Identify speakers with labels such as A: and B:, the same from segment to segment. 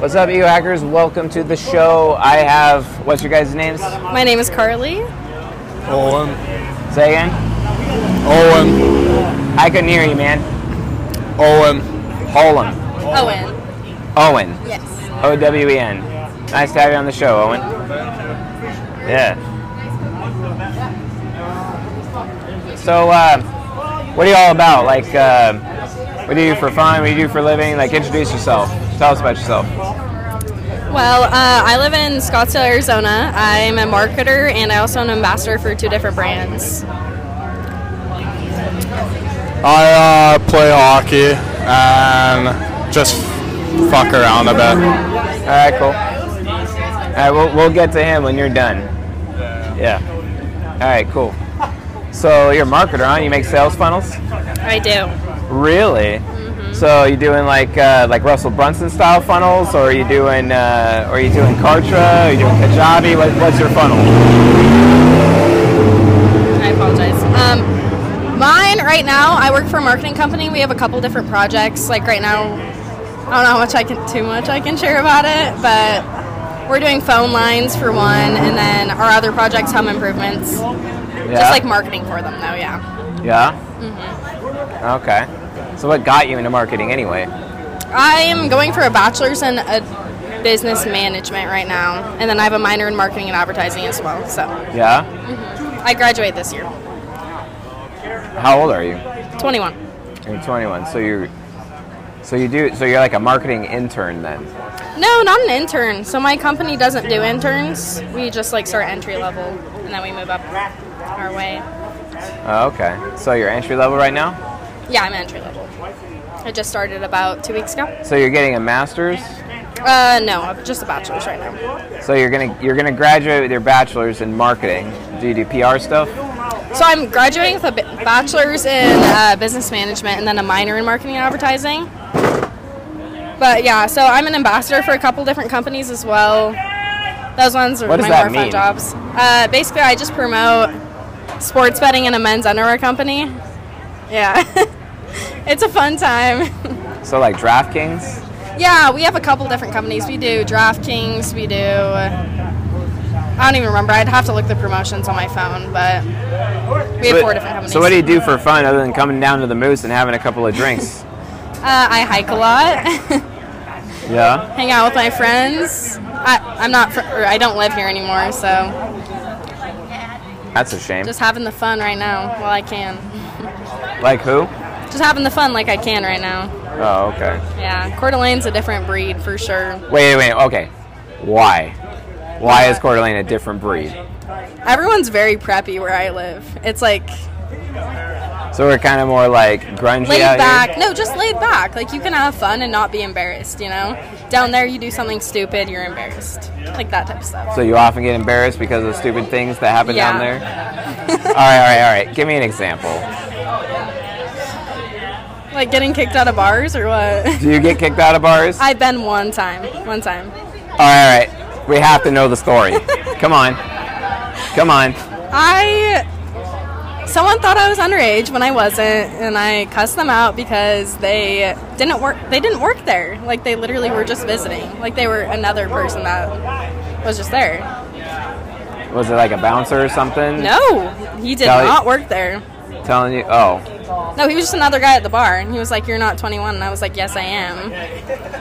A: What's up, you hackers? Welcome to the show. I have what's your guys' names?
B: My name is Carly.
C: Owen.
A: Say again.
C: Owen.
A: I couldn't hear you, man.
C: Owen.
A: Holm.
B: Owen.
A: Owen.
B: Yes.
A: O W E N. Nice to have you on the show, Owen. Yeah. So, uh, what are you all about? Like, uh, what do you do for fun? What do you do for a living? Like, introduce yourself. Tell us about yourself.
B: Well, uh, I live in Scottsdale, Arizona. I'm a marketer and I also am an ambassador for two different brands.
C: I uh, play hockey and just fuck around a bit.
A: All right, cool. All right, we'll, we'll get to him when you're done. Yeah. All right, cool. So, you're a marketer, huh? You make sales funnels?
B: I do.
A: Really?
B: Mm-hmm.
A: So you doing like uh, like Russell Brunson style funnels, or are you doing uh, or are you doing Kartra? Are you doing Kajabi? What, what's your funnel?
B: I apologize. Um, mine right now, I work for a marketing company. We have a couple different projects. Like right now, I don't know how much I can, too much I can share about it, but we're doing phone lines for one, and then our other projects, home improvements.
A: Yeah.
B: Just like marketing for them, though, yeah.
A: yeah.
B: Mm-hmm.
A: Okay. So what got you into marketing anyway?
B: I am going for a bachelor's in uh business management right now, and then I have a minor in marketing and advertising as well. So Mm-hmm.
A: Yeah.
B: I graduate this year,
A: How old are you?
B: 21.
A: You're 21. So you so you do so you're like a marketing intern then.
B: No, not an intern. So my company doesn't do interns. We just like start entry level, and then we move up our way.
A: Oh, okay. So you're entry level right now.
B: Yeah, I'm entry level. I just started about two weeks ago.
A: So you're getting a master's.
B: Uh, no, I'm just a bachelor's right now.
A: So you're gonna you're gonna graduate with your bachelor's in marketing. Do you do PR stuff?
B: So I'm graduating with a b- bachelor's in uh, business management and then a minor in marketing and advertising. But yeah, so I'm an ambassador for a couple different companies as well. Those ones are
A: What does
B: my
A: that
B: more
A: mean?
B: fun jobs. Uh, basically, I just promote sports betting in a men's underwear company. Yeah, it's a fun time.
A: So like DraftKings.
B: Yeah, we have a couple different companies. We do DraftKings, we do. I don't even remember. I'd have to look the promotions on my phone, but we have
A: But-
B: four different companies.
A: So what do you do for fun other than coming down to the moose and having a couple of drinks?
B: Uh, I hike a lot,
A: yeah.
B: hang out with my friends. I, I'm not. Fr- or I don't live here anymore, so
A: That's a shame.
B: just having the fun right now while I can.
A: like who?
B: Just having the fun like I can right now.
A: Oh, okay.
B: Yeah, Coeur d'Alene's a different breed for sure.
A: Wait, wait, okay. Why? Why is Coeur d'Alene a different breed?
B: Everyone's very preppy where I live. It's like
A: So we're kind of more like grungy
B: laid
A: out
B: back.
A: here.
B: No, just laid back. Like you can have fun and not be embarrassed, you know? Down there you do something stupid, you're embarrassed. Like that type of stuff.
A: So you often get embarrassed because of stupid things that happen down
B: Yeah.
A: there. all right, all right, all right. Give me an example.
B: Like getting kicked out of bars or what?
A: Do you get kicked out of bars?
B: I've been one time. One time.
A: all right, all right. We have to know the story. Come on. Come on.
B: I someone thought I was underage when I wasn't and I cussed them out because they didn't work they didn't work there. Like they literally were just visiting. Like they were another person that was just there.
A: Was it like a bouncer or something?
B: No, he did
A: Sally-
B: not work there.
A: Telling you? Oh.
B: No, he was just another guy at the bar, and he was like, "You're not 21," and I was like, "Yes, I am."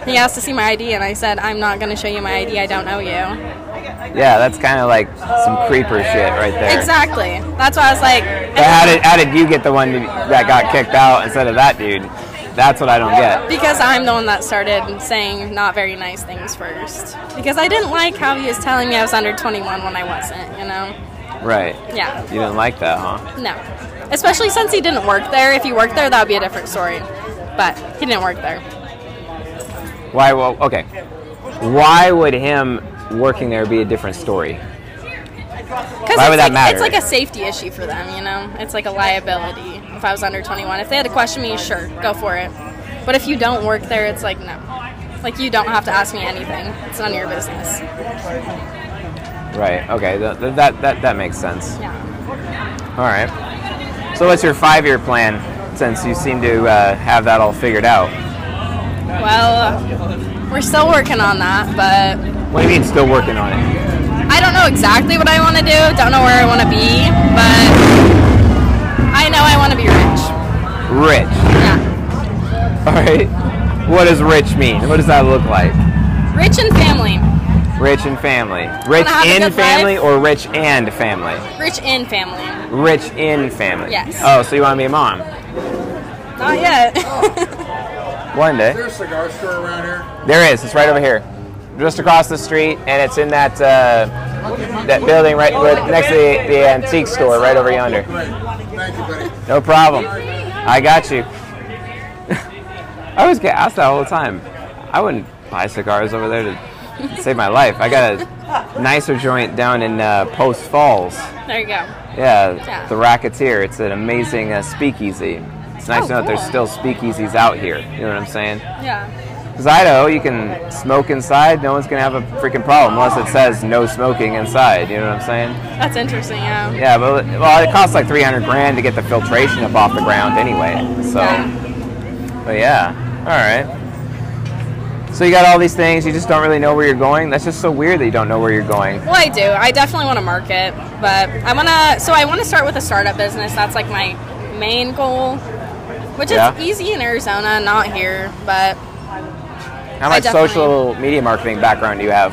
B: He asked to see my ID, and I said, "I'm not going to show you my ID. I don't know you."
A: Yeah, that's kind of like some creeper shit right there.
B: Exactly. That's why I was like,
A: But how did how did you get the one that got kicked out instead of that dude? That's what I don't get.
B: because I'm the one that started saying not very nice things first. Because I didn't like how he was telling me I was under 21 when I wasn't. You know?
A: Right.
B: Yeah.
A: You didn't like that, huh?
B: No. Especially since he didn't work there. If he worked there, that would be a different story. But he didn't work there.
A: Why? Well, okay. Why would him working there be a different story?
B: Because
A: Why
B: it's
A: would that
B: like,
A: matter?
B: It's like a safety issue for them, you know? It's like a liability if I was under 21. If they had to question me, sure, go for it. But if you don't work there, it's like, no. Like, you don't have to ask me anything. It's none of your business.
A: Right. Okay. That that that, that makes sense.
B: Yeah.
A: All right. So what's your five year plan? Since you seem to uh, have that all figured out.
B: Well, We're still working on that, but
A: What do you mean still working on it?
B: I don't know exactly what I want to do. Don't know where I want to be, but I know I want to be rich.
A: Rich.
B: Yeah.
A: All right. What does rich mean? What does that look like?
B: Rich and family.
A: Rich and family. Rich
B: have a
A: in
B: good
A: family
B: life.
A: or rich and family?
B: Rich in family.
A: Rich in family.
B: Yes.
A: Oh, so you want to be a mom?
B: Not yet.
A: One day.
D: There's a cigar store around here.
A: There is. It's right over here, just across the street, and it's in that uh, that building right with, next to the, the antique store, right over yonder.
D: Great. Thank you, buddy.
A: No problem. I got you. I always get asked that all the time. I wouldn't buy cigars over there to save my life. I got a nicer joint down in uh, Post Falls.
B: there you go.
A: Yeah,
B: Yeah.
A: the Racketeer. It's an amazing uh, speakeasy. It's nice
B: Oh,
A: to know that there's still
B: cool.
A: speakeasies out here. You know what I'm saying?
B: Yeah.
A: Because Idaho, you can smoke inside. No one's gonna have a freaking problem unless it says no smoking inside. You know what I'm saying?
B: That's interesting. Yeah.
A: Yeah, but well, it costs like 300 grand to get the filtration up off the ground anyway. So,
B: Yeah.
A: but yeah, all right. So you got all these things. You just don't really know where you're going. That's just so weird that you don't know where you're going.
B: Well, I do. I definitely want to market, but I want to. So I want to start with a startup business. That's like my main goal, which
A: Yeah.
B: is easy in Arizona, not here. But
A: How much
B: definitely-
A: social media marketing background do you have?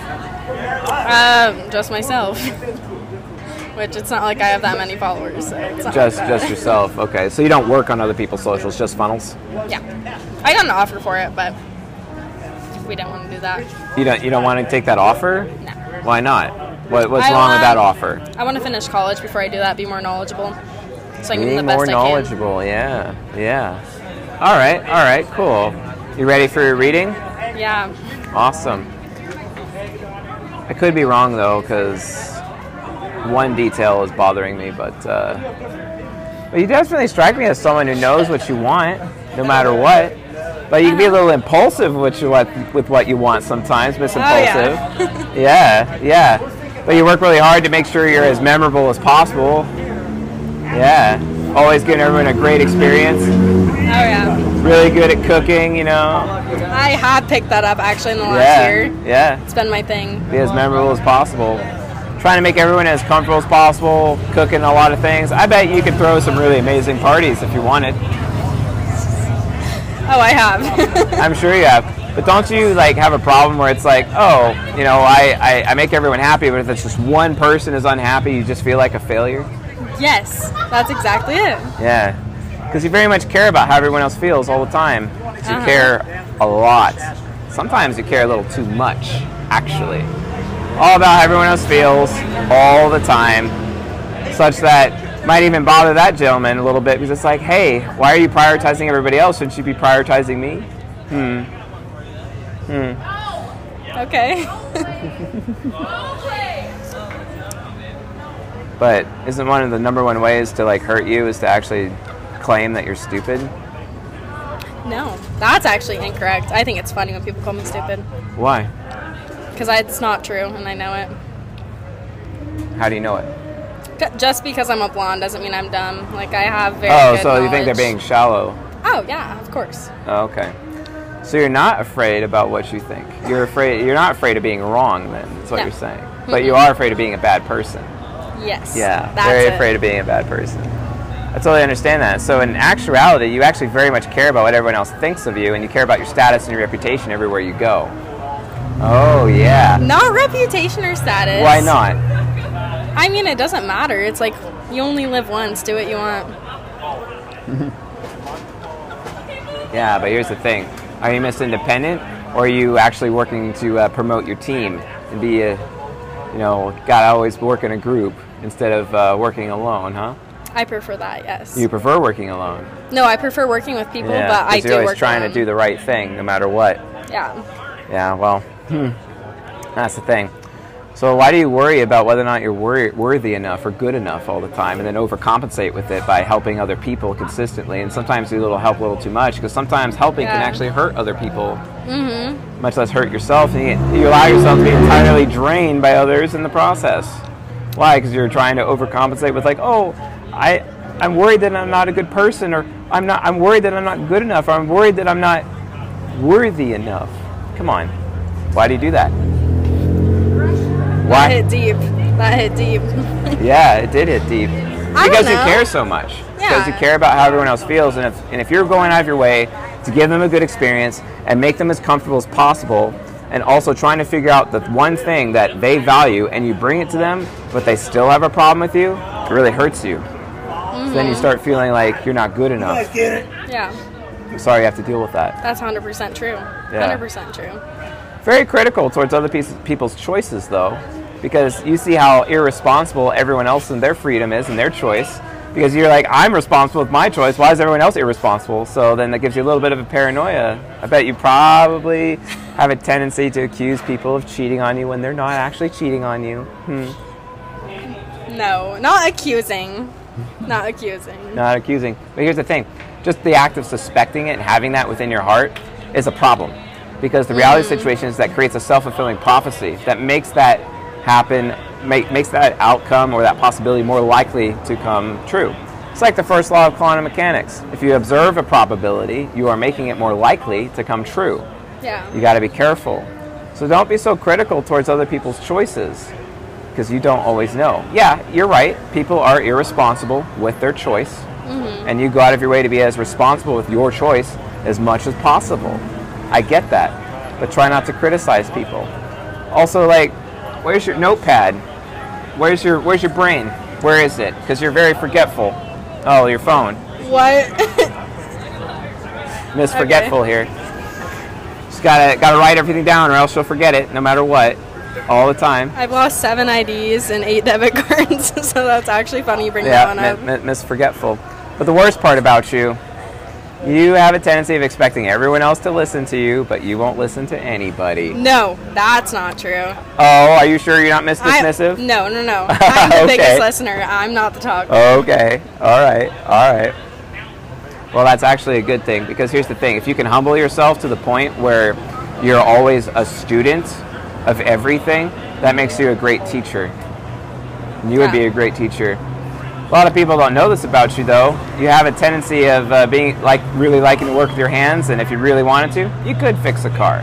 B: um, just myself, which it's not like I have that many followers. So it's not
A: Just
B: like that.
A: just yourself. Okay, so you don't work on other people's socials, just funnels.
B: yeah. I got an offer for it, but we don't want to do that.
A: You don't you don't want to take that offer?
B: No.
A: Why not? What, what's
B: I
A: wrong with
B: want-
A: that offer?
B: I want to finish college before I do that. Be more knowledgeable, so I can do the
A: Being
B: best
A: more
B: I can.
A: knowledgeable, yeah, yeah. All right, all right, cool. You ready for your reading?
B: Yeah.
A: Awesome. I could be wrong though, because one detail is bothering me, but uh, but you definitely strike me as someone who knows what you want, no matter what. But you can be a little impulsive with you- what with what you want sometimes, miss impulsive.
B: yeah.
A: yeah, yeah. But you work really hard to make sure you're as memorable as possible. Yeah. Always giving everyone a great experience.
B: Oh yeah.
A: Really good at cooking, you know.
B: I had picked that up actually in the last
A: Yeah.
B: year.
A: Yeah.
B: It's been my thing.
A: be as memorable as possible. Trying to make everyone as comfortable as possible, cooking a lot of things. I bet you could throw some really amazing parties if you wanted.
B: Oh, I have.
A: I'm sure you have. But don't you like have a problem where it's like, oh, you know, I, I, I make everyone happy, but if it's just one person is unhappy, you just feel like a failure?
B: yes, that's exactly it.
A: Yeah. Because you very much care about how everyone else feels all the time. 'Cause You
B: Uh-huh.
A: care a lot. Sometimes you care a little too much, actually. All about how everyone else feels all the time, such that might even bother that gentleman a little bit because it's like, hey, why are you prioritizing everybody else? Shouldn't you be prioritizing me?
B: Okay.
A: But isn't one of the number one ways to like hurt you is to actually claim that you're stupid?
B: No, that's actually incorrect. I think it's funny when people call me stupid
A: Why?
B: because it's not true and I know it.
A: How do you know it?
B: Ju- Just because I'm a blonde doesn't mean I'm dumb. Like I have very.
A: Oh,
B: good
A: so you think they're
B: knowledge.
A: being shallow.
B: Oh yeah, of course.
A: Oh, okay. So you're not afraid about what you think. You're afraid. You're not afraid of being wrong. Then that's what
B: No.
A: you're saying. But you are afraid of being a bad person.
B: Yes.
A: Yeah.
B: That's
A: very
B: it.
A: afraid of being a bad person. I totally understand that. So in actuality, you actually very much care about what everyone else thinks of you, and you care about your status and your reputation everywhere you go. Oh yeah.
B: Not reputation or status.
A: Why not?
B: I mean, it doesn't matter. It's like you only live once. Do what you want.
A: Yeah, but here's the thing: Are you Miss Independent, or are you actually working to uh, promote your team and be a, you know, gotta always work in a group instead of uh, working alone, huh?
B: I prefer that. Yes.
A: You prefer working alone.
B: no, I prefer working with people,
A: Yeah,
B: but I
A: 'cause
B: do
A: you're always
B: work
A: trying to do the right thing no matter what.
B: the. Yeah.
A: Yeah, well, hmm, that's the thing. So why do you worry about whether or not you're wor- worthy enough or good enough all the time, and then overcompensate with it by helping other people consistently? And sometimes you little help a little too much because sometimes helping can
B: Yeah.
A: actually hurt other people, much less hurt yourself, and you, you allow yourself to be entirely drained by others in the process. Why? Because you're trying to overcompensate with like, oh, I, I'm worried that I'm not a good person, or I'm not, I'm worried that I'm not good enough, or I'm worried that I'm not worthy enough. Come on. Why do you do that?
B: That
A: Why?
B: hit deep. That hit deep.
A: Yeah, it did hit deep.
B: don't
A: because you
B: know.
A: care so much. Because you
B: Yeah.
A: care about how everyone else feels, and if and if you're going out of your way to give them a good experience and make them as comfortable as possible, and also trying to figure out the one thing that they value, and you bring it to them, but they still have a problem with you, it really hurts you. So then you
B: Mm-hmm.
A: start feeling like you're not good enough.
B: yeah,
A: I'm sorry you have to deal with that.
B: that's 100% true. 100% true.
A: very critical towards other pieces, people's choices, though, because you see how irresponsible everyone else and their freedom is and their choice. Because you're like, I'm responsible with my choice. Why is everyone else irresponsible? So then that gives you a little bit of a paranoia. I bet you probably have a tendency to accuse people of cheating on you when they're not actually cheating on you. Hmm.
B: No, not accusing. Not accusing.
A: not accusing. But here's the thing just the act of suspecting it and having that within your heart is a problem. Because the reality of the situation is that creates a self fulfilling prophecy that makes that happen, make, makes that outcome or that possibility more likely to come true. It's like the first law of quantum mechanics. If you observe a probability, you are making it more likely to come true. You
B: Yeah.
A: got to be careful. So don't be so critical towards other people's choices because you don't always know. Yeah, you're right. People are irresponsible with their choice. And you go out of your way to be as responsible with your choice as much as possible. I get that. But try not to criticize people. Also like, where's your notepad? Where's your where's your brain? Where is it? Cuz you're very forgetful. Oh, your phone.
B: What?
A: Miss Forgetful here. She's gotta gotta write everything down, or else she'll forget it, no matter what, all the time.
B: I've lost seven IDs and eight debit cards, so that's actually funny you bring that one
A: Yeah,
B: up.
A: mi- mi- Miss Forgetful. But the worst part about you, you have a tendency of expecting everyone else to listen to you, but you won't listen to anybody.
B: No, that's not true.
A: Oh, are you sure you're not Miss
B: I-
A: Dismissive?
B: no, no, no. I'm the
A: Okay.
B: biggest listener. I'm not the talker.
A: Okay. All right. All right. Well, that's actually a good thing because here's the thing if you can humble yourself to the point where you're always a student of everything, that makes you a great teacher. And you would be
B: Yeah.
A: a great teacher. A lot of people don't know this about you, though. You have a tendency of uh, being like really liking to work with your hands, and if you really wanted to, you could fix a car.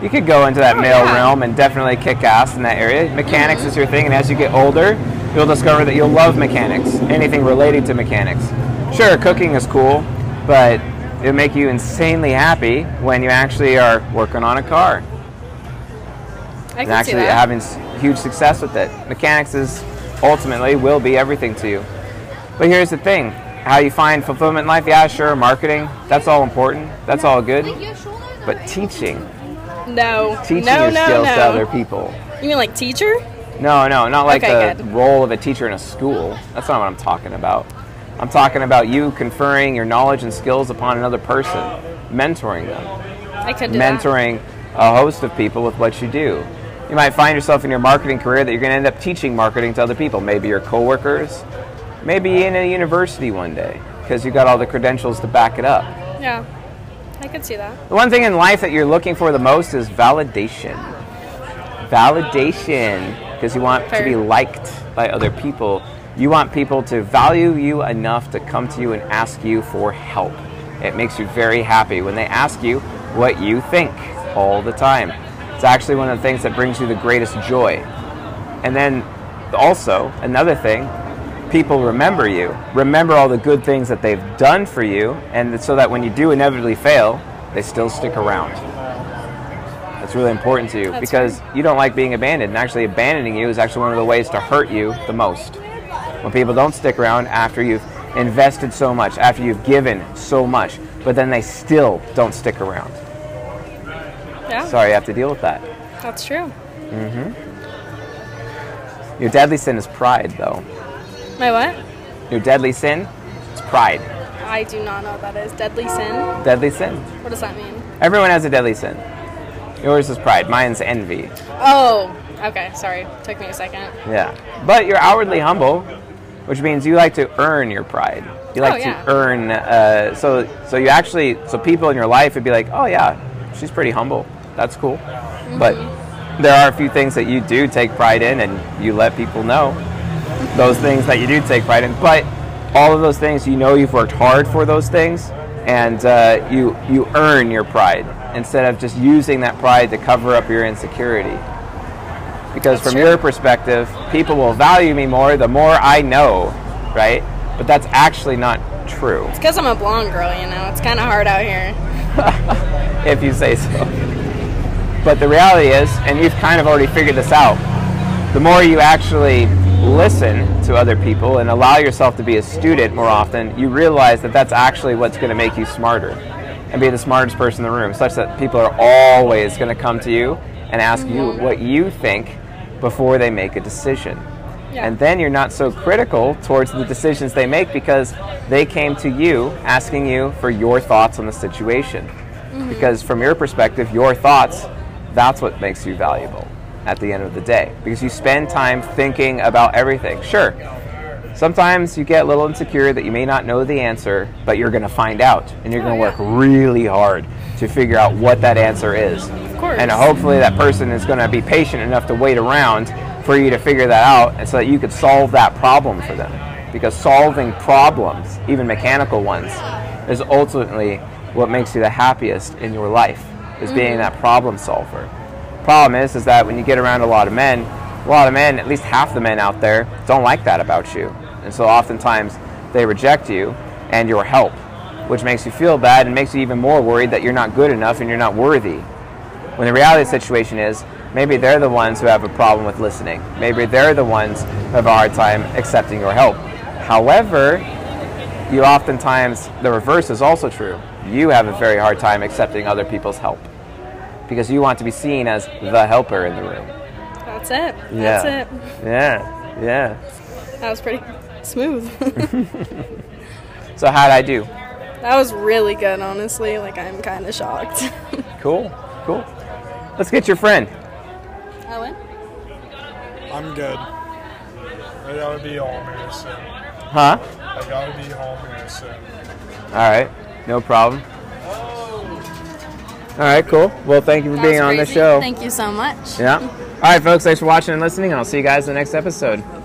A: You could go into that
B: Oh,
A: male
B: yeah.
A: realm and definitely kick ass in that area. Mechanics is your thing, and as you get older, you'll discover that you'll love mechanics, anything related to mechanics. Sure, cooking is cool, but it'll make you insanely happy when you actually are working on a car
B: I
A: and
B: can see
A: actually
B: that.
A: having s- huge success with it. Mechanics is ultimately will be everything to you. But here's the thing: how you find fulfillment in life? Yeah, sure, marketing. That's all important. That's all good. But teaching,
B: no.
A: teaching
B: no,
A: your
B: no,
A: skills
B: no.
A: to other people.
B: You mean like teacher?
A: No, no, not like
B: Okay,
A: the
B: good.
A: role of a teacher in a school. That's not what I'm talking about. I'm talking about you conferring your knowledge and skills upon another person, mentoring them
B: I could do that.
A: mentoring a host of people with what you do. You might find yourself in your marketing career that you're going to end up teaching marketing to other people, maybe your coworkers, maybe in a university one day, because you got all the credentials to back it up.
B: Yeah. I could see that.
A: The one thing in life that you're looking for the most is validation. Validation, because you want to
B: Fair.
A: be liked by other people. You want people to value you enough to come to you and ask you for help. It makes you very happy when they ask you what you think all the time. It's actually one of the things that brings you the greatest joy. And then also, another thing, people remember you, remember all the good things that they've done for you, and so that when you do inevitably fail, they still stick around. That's really important to you
B: That's
A: because you don't like being abandoned, and actually, abandoning you is actually one of the ways to hurt you the most. When people don't stick around after you've invested so much, after you've given so much, but then they still don't stick around.
B: Yeah.
A: Sorry, you have to deal with that.
B: That's true.
A: Your deadly sin is pride, though.
B: My what?
A: Your deadly sin is pride.
B: I do not know what that is. Deadly sin?
A: Deadly sin.
B: What does that mean?
A: Everyone has a deadly sin. Yours is pride. Mine's envy.
B: Oh, okay. Sorry. Took me a second.
A: Yeah. But you're outwardly humble, which means you like to earn your pride. You like
B: Oh, yeah.
A: to earn. Uh, so so you actually so people in your life would be like, oh yeah, she's pretty humble. That's cool.
B: Mm-hmm.
A: But there are a few things that you do take pride in, and you let people know those things that you do take pride in. But all of those things, you know, you've worked hard for those things, and uh, you you earn your pride. instead of just using that pride to cover up your insecurity. Because from your perspective, people will value me more the more I know, right? But that's actually not true
B: Because I'm a blonde girl, you know, it's kind of hard out here.
A: if you say so. But the reality is, and you've kind of already figured this out, the more you actually listen to other people and allow yourself to be a student more often, you realize that that's actually what's going to make you smarter and be the smartest person in the room, such that people are always going to come to you and ask you what you think before they make a decision.
B: Yeah.
A: And then you're not so critical towards the decisions they make because they came to you asking you for your thoughts on the situation. Mm-hmm. Because from your perspective, your thoughts, that's what makes you valuable at the end of the day. Because you spend time thinking about everything. Sure, sometimes you get a little insecure that you may not know the answer, but you're going to find out. And you're going to work really hard to figure out what that answer is. Of
B: course.
A: And hopefully that person is going to be patient enough to wait around for you to figure that out and so that you could solve that problem for them. Because solving problems, even mechanical ones, is ultimately what makes you the happiest in your life, is being that problem solver. Problem is, is that when you get around a lot of men, a lot of men, at least half the men out there, don't like that about you. And so oftentimes they reject you and your help, which makes you feel bad and makes you even more worried that you're not good enough and you're not worthy when the reality of the situation is maybe they're the ones who have a problem with listening. Maybe they're the ones who have a hard time accepting your help. However, you oftentimes, the reverse is also true. You have a very hard time accepting other people's help because you want to be seen as the helper in the room.
B: That's it. That's it.
A: Yeah. Yeah.
B: That was pretty smooth.
A: So, how'd I do?
B: that was really good, honestly. Like, I'm kind of shocked.
A: Cool. Cool. Let's get your friend.
B: Owen?
C: I'm good. I gotta be home here soon.
A: Huh?
C: I gotta be home here soon.
A: All right. No problem. All right, cool. Well, thank you for
B: That
A: being
B: was
A: on the
B: crazy.
A: show.
B: Thank you so much.
A: Yeah. All right, folks. Thanks for watching and listening. I'll see you guys in the next episode.